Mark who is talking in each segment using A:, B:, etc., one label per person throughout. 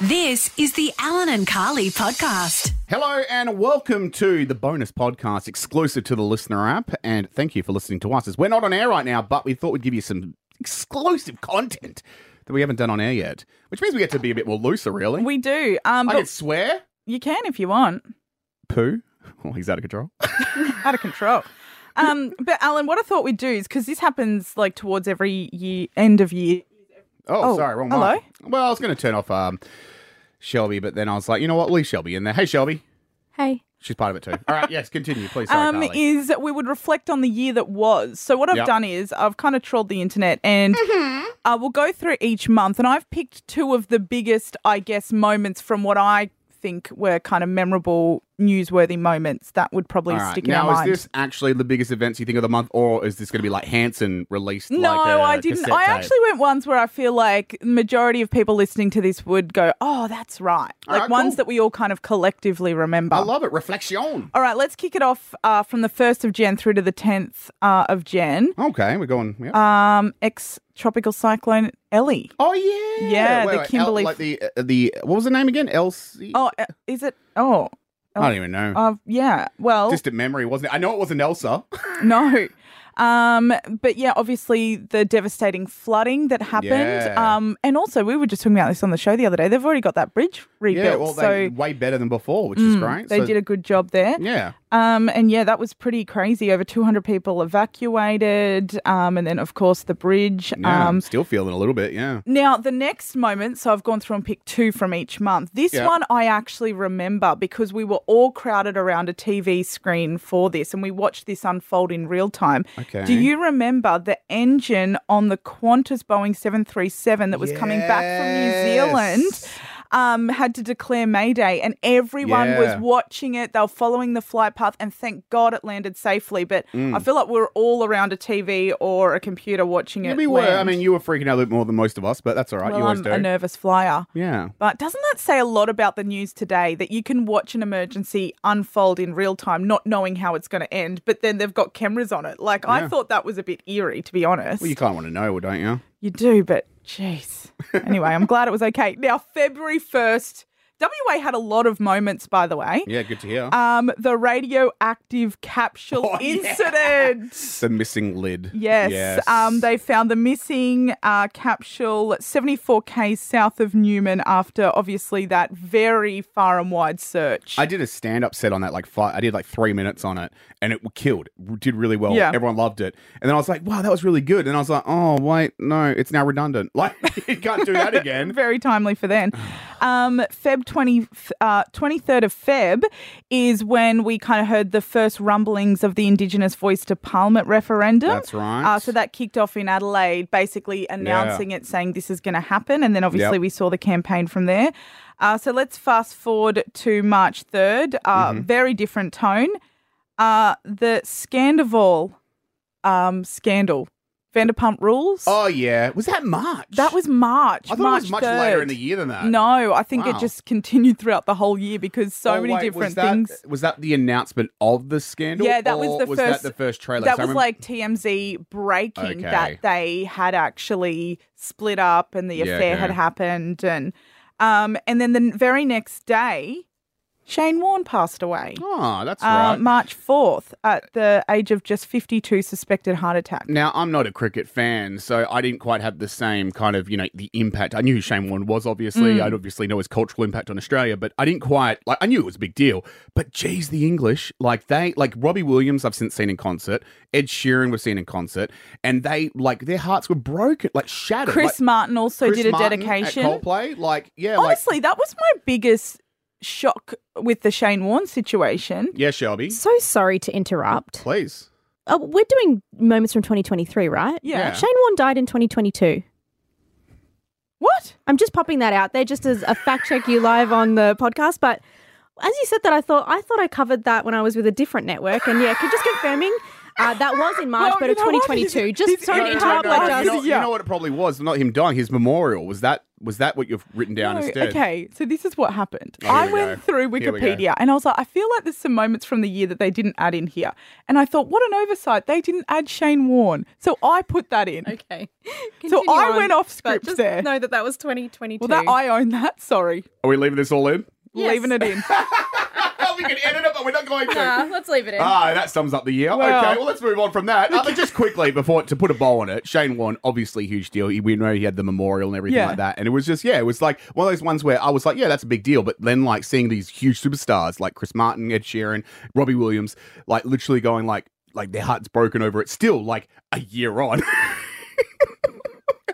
A: This is the Alan and Carly podcast.
B: Hello and welcome to the bonus podcast exclusive to the listener app. And thank you for listening to us. As we're not on air right now, but we thought we'd give you some exclusive content that we haven't done on air yet, which means we get to be a bit more looser, really.
C: We do. Um,
B: I
C: but
B: can swear,
C: you can if you want.
B: poo. Oh, he's out of control.
C: Out of control. Um, but Alan, what I thought we'd do is because this happens like towards every year, end of year.
B: Oh,
C: Oh,
B: sorry, wrong
C: hello?
B: one. Well, I was going to turn off um, Shelby, but then I was like, you know what, leave Shelby in there. Hey, Shelby.
D: Hey.
B: She's part of it too. All right, yes, continue, please. Sorry,
C: um,
B: Carly.
C: is that we would reflect on the year that was. So what I've
B: Yep.
C: done is I've kind of trawled the internet and uh, we'll go through each month, and I've picked two of the biggest, I guess, moments from what I think were kind of memorable, newsworthy moments that would probably
B: All right.
C: stick in
B: Now,
C: our
B: is
C: mind.
B: this actually the biggest events you think of the month, or is this going to be like Hanson released?
C: No,
B: like a
C: I didn't.
B: cassette
C: I
B: tape?
C: actually went ones where I feel like the majority of people listening to this would go, "Oh, that's right."
B: All
C: like
B: right,
C: ones
B: cool.
C: that we all kind of collectively remember.
B: I love it. Reflection.
C: all right, let's kick it off uh, from the first of Jan through to the tenth uh, of Jan.
B: Okay, we're going. Yep.
C: Um, ex tropical cyclone Ellie.
B: oh yeah,
C: yeah, the
B: El-
C: Kimberley-
B: like the uh, the what was the name again? Elsie.
C: Oh, uh, is it? Oh,
B: I don't even know.
C: uh, yeah. Well,
B: Distant memory, wasn't it? I know it wasn't Elsa.
C: no. Um, but yeah, obviously the devastating flooding that happened.
B: Yeah.
C: Um, and also we were just talking about this on the show the other day. They've already got that bridge rebuilt.
B: yeah, well,
C: so mm,
B: they way better than before, which is great.
C: They
B: So-
C: did a good job there.
B: Yeah.
C: Um, and yeah, that was pretty crazy. Over 200 people evacuated. Um, and then, of course, the bridge.
B: Yeah,
C: Um,
B: I'm still feeling a little bit. Yeah.
C: now, the next moment, so I've gone through and picked two from each month. This
B: Yeah.
C: one I actually remember because we were all crowded around a TV screen for this and we watched this unfold in real time.
B: Okay.
C: Do you remember the engine on the Qantas Boeing 737 that was coming back from New Zealand?
B: Yes.
C: um, had to declare Mayday, and everyone
B: Yeah.
C: was watching it. They were following the flight path, and thank God it landed safely. But
B: Mm.
C: I feel like we're all around a TV or a computer watching it.
B: Yeah, we were. I
C: land.
B: mean, you were freaking out a bit more than most of us, but that's all right.
C: well,
B: you always
C: I'm
B: do.
C: a nervous flyer.
B: Yeah.
C: But doesn't that say a lot about the news today that you can watch an emergency unfold in real time, not knowing how it's going to end, but then they've got cameras on it? Like, I
B: Yeah.
C: thought that was a bit eerie, to be honest.
B: Well, you kind of want to know, don't you?
C: You do, but jeez. Anyway, I'm glad it was okay. Now, February 1st, WA had a lot of moments, by the way.
B: Yeah, good to hear.
C: Um, the radioactive capsule
B: Oh, yeah.
C: incident.
B: the missing lid.
C: Yes. Um, they found the missing uh, capsule 74K south of Newman after obviously that very far and wide search.
B: I did a stand up set on that, like five, I did like three minutes on it, and it killed. It did really well.
C: Yeah.
B: Everyone loved it. And then I was like, wow, that was really good. And I was like, oh, wait, no, it's now redundant. Like, you can't do that again.
C: very timely for then. Um, Feb 20, uh, 23rd of Feb is when we kind of heard the first rumblings of the Indigenous Voice to Parliament referendum.
B: That's right.
C: Uh, so that kicked off in Adelaide, basically announcing it, saying this is going to happen. And then obviously
B: Yep.
C: we saw the campaign from there. Uh, so let's fast forward to March 3rd. Uh,
B: Mm-hmm.
C: Very different tone. Uh, the Scandival um, scandal, Vanderpump Rules.
B: Oh, yeah. Was that March?
C: That was March.
B: I thought
C: March
B: it was much
C: 3rd.
B: later in the year than that.
C: No, I think
B: Wow.
C: it just continued throughout the whole year because so
B: Oh,
C: many
B: wait, was
C: different
B: that,
C: things.
B: Was that the announcement of the scandal?
C: Yeah, that was
B: or
C: the
B: that
C: first-
B: the first trailer?
C: That
B: 'Cause I
C: was
B: remember-
C: like TMZ breaking
B: Okay.
C: that they had actually split up and the
B: Yeah,
C: affair had
B: okay.
C: happened, and um, and then the very next day, Shane Warne passed away.
B: oh, that's
C: Uh,
B: right.
C: March 4th, at the age of just 52, suspected heart attack.
B: Now, I'm not a cricket fan, so I didn't quite have the same kind of, you know, the impact. I knew who Shane Warne was, obviously.
C: Mm.
B: I'd obviously know his cultural impact on Australia, but I didn't quite, like, I knew it was a big deal. But geez, the English, like, they, like, Robbie Williams, I've since seen in concert. Ed Sheeran, we've seen in concert. And they, like, their hearts were broken, like, shattered. like,
C: Chris Martin also
B: Chris
C: did a
B: Martin
C: dedication.
B: At Coldplay, like, yeah,
C: Honestly, that was my biggest shock with the Shane Warne situation.
B: like, yeah, Shelby,
D: So sorry to interrupt.
B: please.
D: Oh, we're doing moments from 2023, right?
C: Yeah.
D: Shane Warne died in 2022.
C: What?
D: I'm just popping that out there just as a fact check you live on the podcast. But as you said that, I thought I thought I covered that when I was with a different network. And yeah, could- just confirming Uh, that was in March,
C: Well,
D: but
C: you
D: of
C: know what?
D: 2022.
C: He's-
D: Just
C: he's
D: sorry to
C: in
D: interrupt,
C: March.
D: but
B: you, know,
D: just
B: you
C: Yeah.
B: know what it probably was? Not him dying, his memorial. Was that was that what you've written down
C: No,
B: instead?
C: Okay, so this is what happened.
B: Oh, here
C: I
B: we
C: went
B: go.
C: through
B: Here we go.
C: Wikipedia and I was like, I feel like there's some moments from the year that they didn't add in here. And I thought, what an oversight. They didn't add Shane Warne. So I put that in.
E: Okay.
C: So
E: Continue
C: I went
E: on,
C: off
E: but
C: script
E: just
C: there.
E: Know that that was 2022.
C: Well, that I own that. Sorry.
B: Are we leaving this all in?
E: Yes.
C: Leaving it in.
B: Oh, we can edit it, but we're not going to.
D: Uh-huh.
E: Nah, let's leave it in.
B: Ah, that sums up the year.
C: Well.
B: okay, well, let's move on from that. Uh, but just quickly, before to put a bow on it, Shane Warne, obviously huge deal. He, we know he had the memorial and everything
C: Yeah.
B: like that, and it was just yeah, it was like one of those ones where I was like, yeah, that's a big deal. But then like seeing these huge superstars like Chris Martin, Ed Sheeran, Robbie Williams, like literally going like like their heart's broken over it. Still like a year on.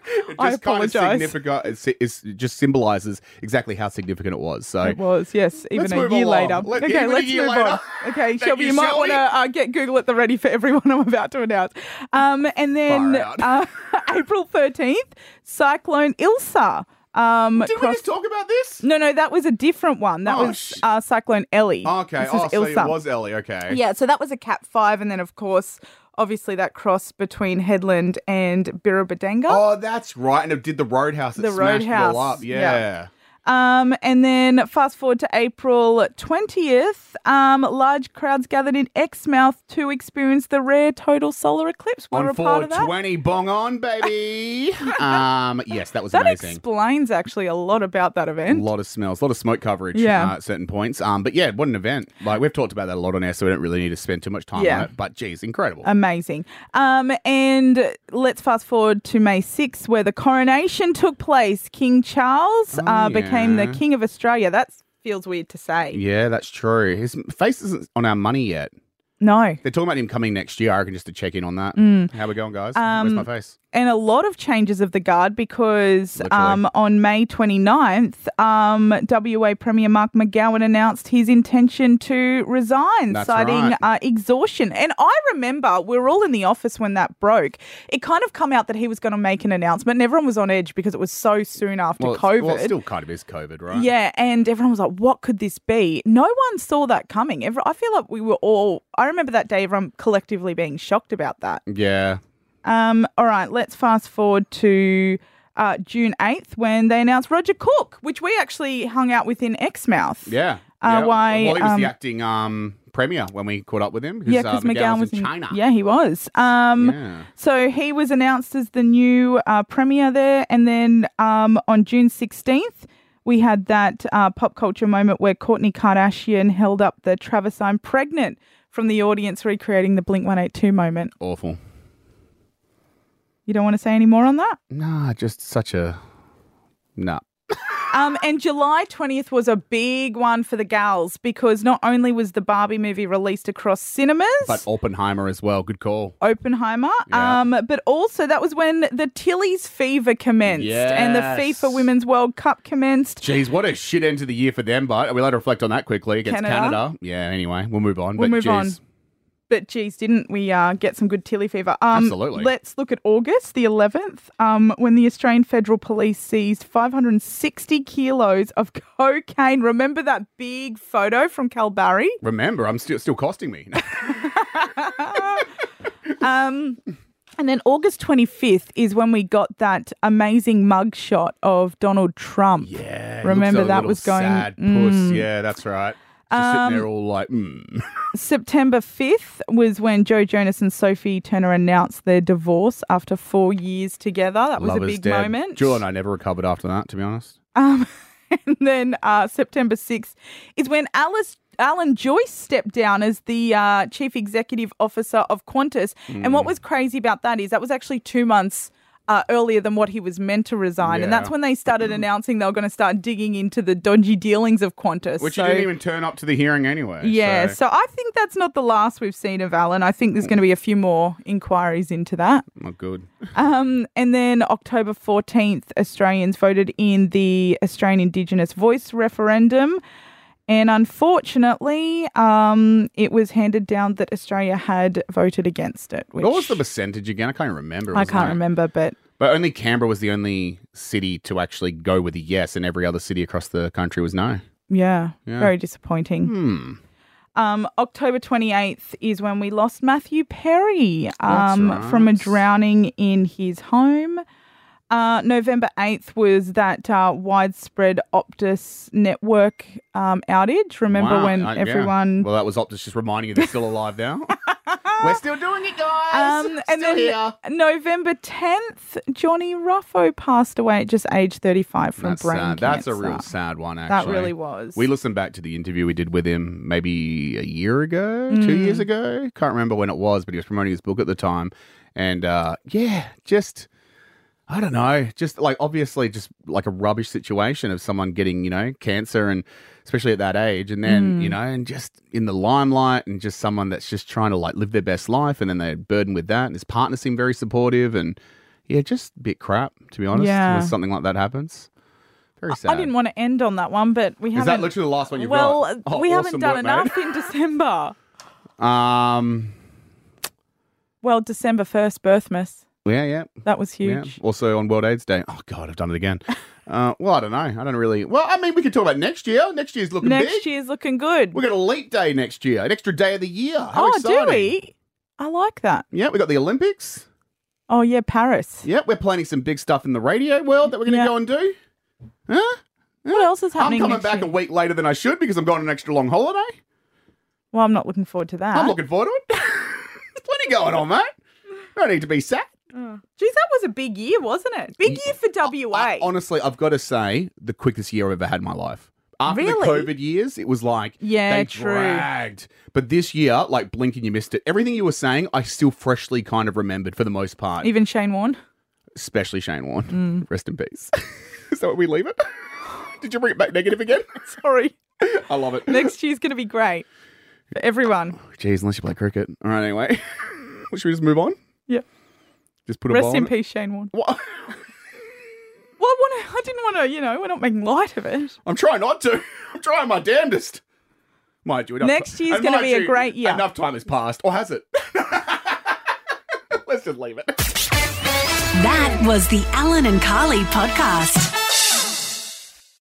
B: It
C: I
B: just kind of
C: apologise.
B: significant. It's, it's, it just symbolizes exactly how significant it was. So
C: It was, yes, even
B: Let's
C: a
B: move
C: year
B: along.
C: later.
B: Let-
C: okay,
B: even a
C: let's
B: year
C: move
B: later.
C: on. Okay,
B: Thank
C: Shelby,
B: you,
C: you might
B: Shelby.
C: want to uh, get Google at the ready for everyone I'm about to announce. Um, and then
B: Far
C: uh, April 13th, Cyclone Ilsa. Um,
B: did we
C: crossed-
B: just talk about this?
C: no, no, that was a different one. That
B: Oh,
C: was
B: sh-
C: uh, Cyclone Ellie.
B: Okay,
C: This is
B: oh, so it
C: Ilsa.
B: was Ellie. Okay,
C: Yeah, so that was a Cat 5. And then, of course, obviously that cross between Headland and Birrabadanga.
B: Oh, that's right. And it did the Roadhouse. It
C: The
B: smashed it all
C: Roadhouse,
B: up.
C: yeah.
B: Yeah.
C: Um, and then fast forward to April 20th, um, large crowds gathered in Exmouth to experience the rare total solar eclipse. We We're a
B: On
C: part of that.
B: 420, bong on, baby. um, yes, that was
C: That
B: amazing.
C: explains actually a lot about that
B: a
C: event.
B: lot of smells, a lot of smoke coverage
C: Yeah.
B: uh, at certain points. Um, but yeah, what an event! Like we've talked about that a lot on air, so we don't really need to spend too much time
C: Yeah.
B: on it. But geez, incredible!
C: Amazing. Um, and let's fast forward to May 6th, where the coronation took place. King Charles
B: Oh,
C: uh, became the
B: yeah.
C: King of Australia. That feels weird to say.
B: yeah, that's true. His face isn't on our money yet.
C: No.
B: They're talking about him coming next year. I reckon just to check in on that.
C: Mm.
B: How we going, guys? Where's
C: Um,
B: my face?
C: and a lot of changes of the guard because
B: Literally.
C: um, on May 29th, um, WA Premier Mark McGowan announced his intention to resign,
B: That's
C: citing
B: right.
C: uh, exhaustion. And I remember we were all in the office when that broke. It kind of come out that he was going to make an announcement, and everyone was on edge because it was so soon after
B: Well, it's-
C: COVID.
B: well, it still kind of is COVID, right?
C: Yeah, and everyone was like, "What could this be?" No one saw that coming. Every, I feel like we were all. I remember that day, everyone collectively being shocked about that.
B: Yeah.
C: Um, all right, let's fast forward to uh, June 8th when they announced Roger Cook, which we actually hung out with in Exmouth.
B: Yeah.
C: Uh,
B: yeah.
C: why,
B: Well, he was the
C: um,
B: acting um, premier when we caught up with him.
C: Yeah,
B: uh,
C: because McGowan was
B: in China.
C: Yeah, he was. Um,
B: Yeah.
C: So he was announced as the new uh, premier there. And then um, on June 16th, we had that uh, pop culture moment where Courtney Kardashian held up the Travis I'm pregnant from the audience, recreating the Blink 182 moment.
B: Awful.
C: You don't want to say any more on that?
B: Nah, just such a. Nah.
C: Um, and July 20th was a big one for the gals because not only was the Barbie movie released across cinemas,
B: But Oppenheimer as well. Good call.
C: Oppenheimer,
B: Yeah.
C: um, but also that was when the Tilly's fever commenced and the
B: Yes.
C: FIFA Women's World Cup commenced.
B: Jeez, what a shit end to the year for them, but we'll have to reflect on that quickly against
C: Canada.
B: Canada. Yeah, anyway, we'll move on.
C: We'll
B: but
C: move on.
B: jeez.
C: But geez, didn't we uh, get some good Tilly fever? Um,
B: Absolutely.
C: Let's look at August the 11th um, when the Australian Federal Police seized 560 kilos of cocaine. Remember that big photo from Calbarry?
B: Remember, I'm still still costing me.
C: Um, and then August 25th is when we got that amazing mug shot of Donald Trump.
B: yeah. he
C: Remember
B: looks a
C: that
B: little
C: was going-
B: Sad
C: Mm. Um,
B: puss. Yeah, that's right. Just sitting there all like, mm.
C: September 5th was when Joe Jonas and Sophie Turner announced their divorce after four years together. That was
B: Love
C: a
B: is
C: big
B: dead.
C: moment.
B: Jewel and I never recovered after that, to be honest.
C: Um, and then uh, September 6th is when Alice. Alan Joyce stepped down as the uh, chief executive officer of Qantas. And
B: Hmm.
C: what was crazy about that is that was actually two months uh, earlier than what he was meant to resign. And
B: Yeah. Hmm.
C: that's when they started announcing they were going to start digging into the dodgy dealings of Qantas.
B: Which
C: So-
B: you didn't even turn up to the hearing anyway.
C: Yeah,
B: so-
C: so I think that's not the last we've seen of Alan. I think there's going to be a few more inquiries into that.
B: Not good.
C: Um, and then October 14th, Australians voted in the Australian Indigenous Voice referendum. And unfortunately, um, it was handed down that Australia had voted against it. Which
B: What was the percentage again? I can't remember.
C: I
B: wasn't
C: can't
B: it?
C: remember, but
B: But only Canberra was the only city to actually go with a yes, and every other city across the country was no.
C: yeah,
B: Yeah.
C: very disappointing.
B: Hmm.
C: Um, October 28th is when we lost Matthew Perry um,
B: right.
C: from a drowning in his home. Uh, November 8th was that uh, widespread Optus network um, outage. Remember
B: Wow,
C: when
B: I- yeah.
C: everyone.
B: Well, that was Optus just reminding you they're still alive now. We're still doing it, guys.
C: Um,
B: still
C: and then
B: here.
C: November 10th, Johnny Ruffo passed away at just age 35 from
B: That's
C: brain
B: sad.
C: cancer.
B: That's a real sad one.
C: That
B: Actually,
C: really was.
B: We listened back to the interview we did with him maybe a year ago, two
C: Mm.
B: years ago. Can't remember when it was, but he was promoting his book at the time. And uh, yeah, just, I don't know, just like obviously just like a rubbish situation of someone getting, you know, cancer and especially at that age. And then,
C: Mm.
B: you know, and just in the limelight and just someone that's just trying to like live their best life. And then they're burdened with that. And his partner seemed very supportive and yeah, just a bit crap, to be honest,
C: Yeah.
B: when something like that happens. Very sad.
C: I didn't want to end on that one, but we
B: Is
C: haven't.
B: that literally the last one you've
C: well,
B: got? Oh,
C: we
B: awesome
C: haven't done
B: work, mate.
C: enough in December.
B: Um.
C: Well, December 1st, Birthmas.
B: Yeah, yeah,
C: That was
B: yeah.
C: huge.
B: Also on World AIDS Day. Oh God, I've done it again. Uh, well, I don't know. I don't really. Well, I mean, we could talk about next year. Next year's looking
C: Next
B: big.
C: year's looking good.
B: We got a leap day next year, an extra day of the year. How
C: oh,
B: exciting.
C: do we? I like that.
B: Yeah, we got the Olympics.
C: Oh, yeah, Paris.
B: Yeah, we're planning some big stuff in the radio world that we're going to
C: Yeah.
B: go and do. Huh?
C: What else is happening?
B: I'm coming
C: next
B: back
C: year?
B: a week later than I should because I'm going on an extra long holiday.
C: Well, I'm not looking forward to that.
B: I'm looking forward to it. There's plenty going on, mate. No need to be sad.
C: Geez, that was a big year, wasn't it? Big year for WA.
B: I- honestly, I've got to say, the quickest year I've ever had in my life. After
C: Really?
B: the COVID years, it was like
C: Yeah,
B: they
C: true.
B: dragged. But this year, like blink and you missed it. Everything you were saying, I still freshly kind of remembered for the most part.
C: Even Shane Warne.
B: Especially Shane Warne.
C: Mm.
B: Rest in peace. Is that where we leave it? Did you bring it back negative again?
C: Sorry.
B: I love it.
C: Next year's going to be great for everyone.
B: Jeez, unless you play cricket. All right, anyway. Should we just move on?
C: Yeah.
B: Just put a
C: Rest
B: ball
C: in
B: on it?
C: peace, Shane Warne.
B: What?
C: Well, I, wanna, I didn't want to, you know, we're not making light of it.
B: I'm trying not to. I'm trying my damnedest. Mind you, enough
C: Next year's
B: and
C: gonna
B: mind
C: be a
B: you,
C: great year.
B: Enough time has passed, or has it? Let's just leave it.
A: That was the Alan and Carly podcast.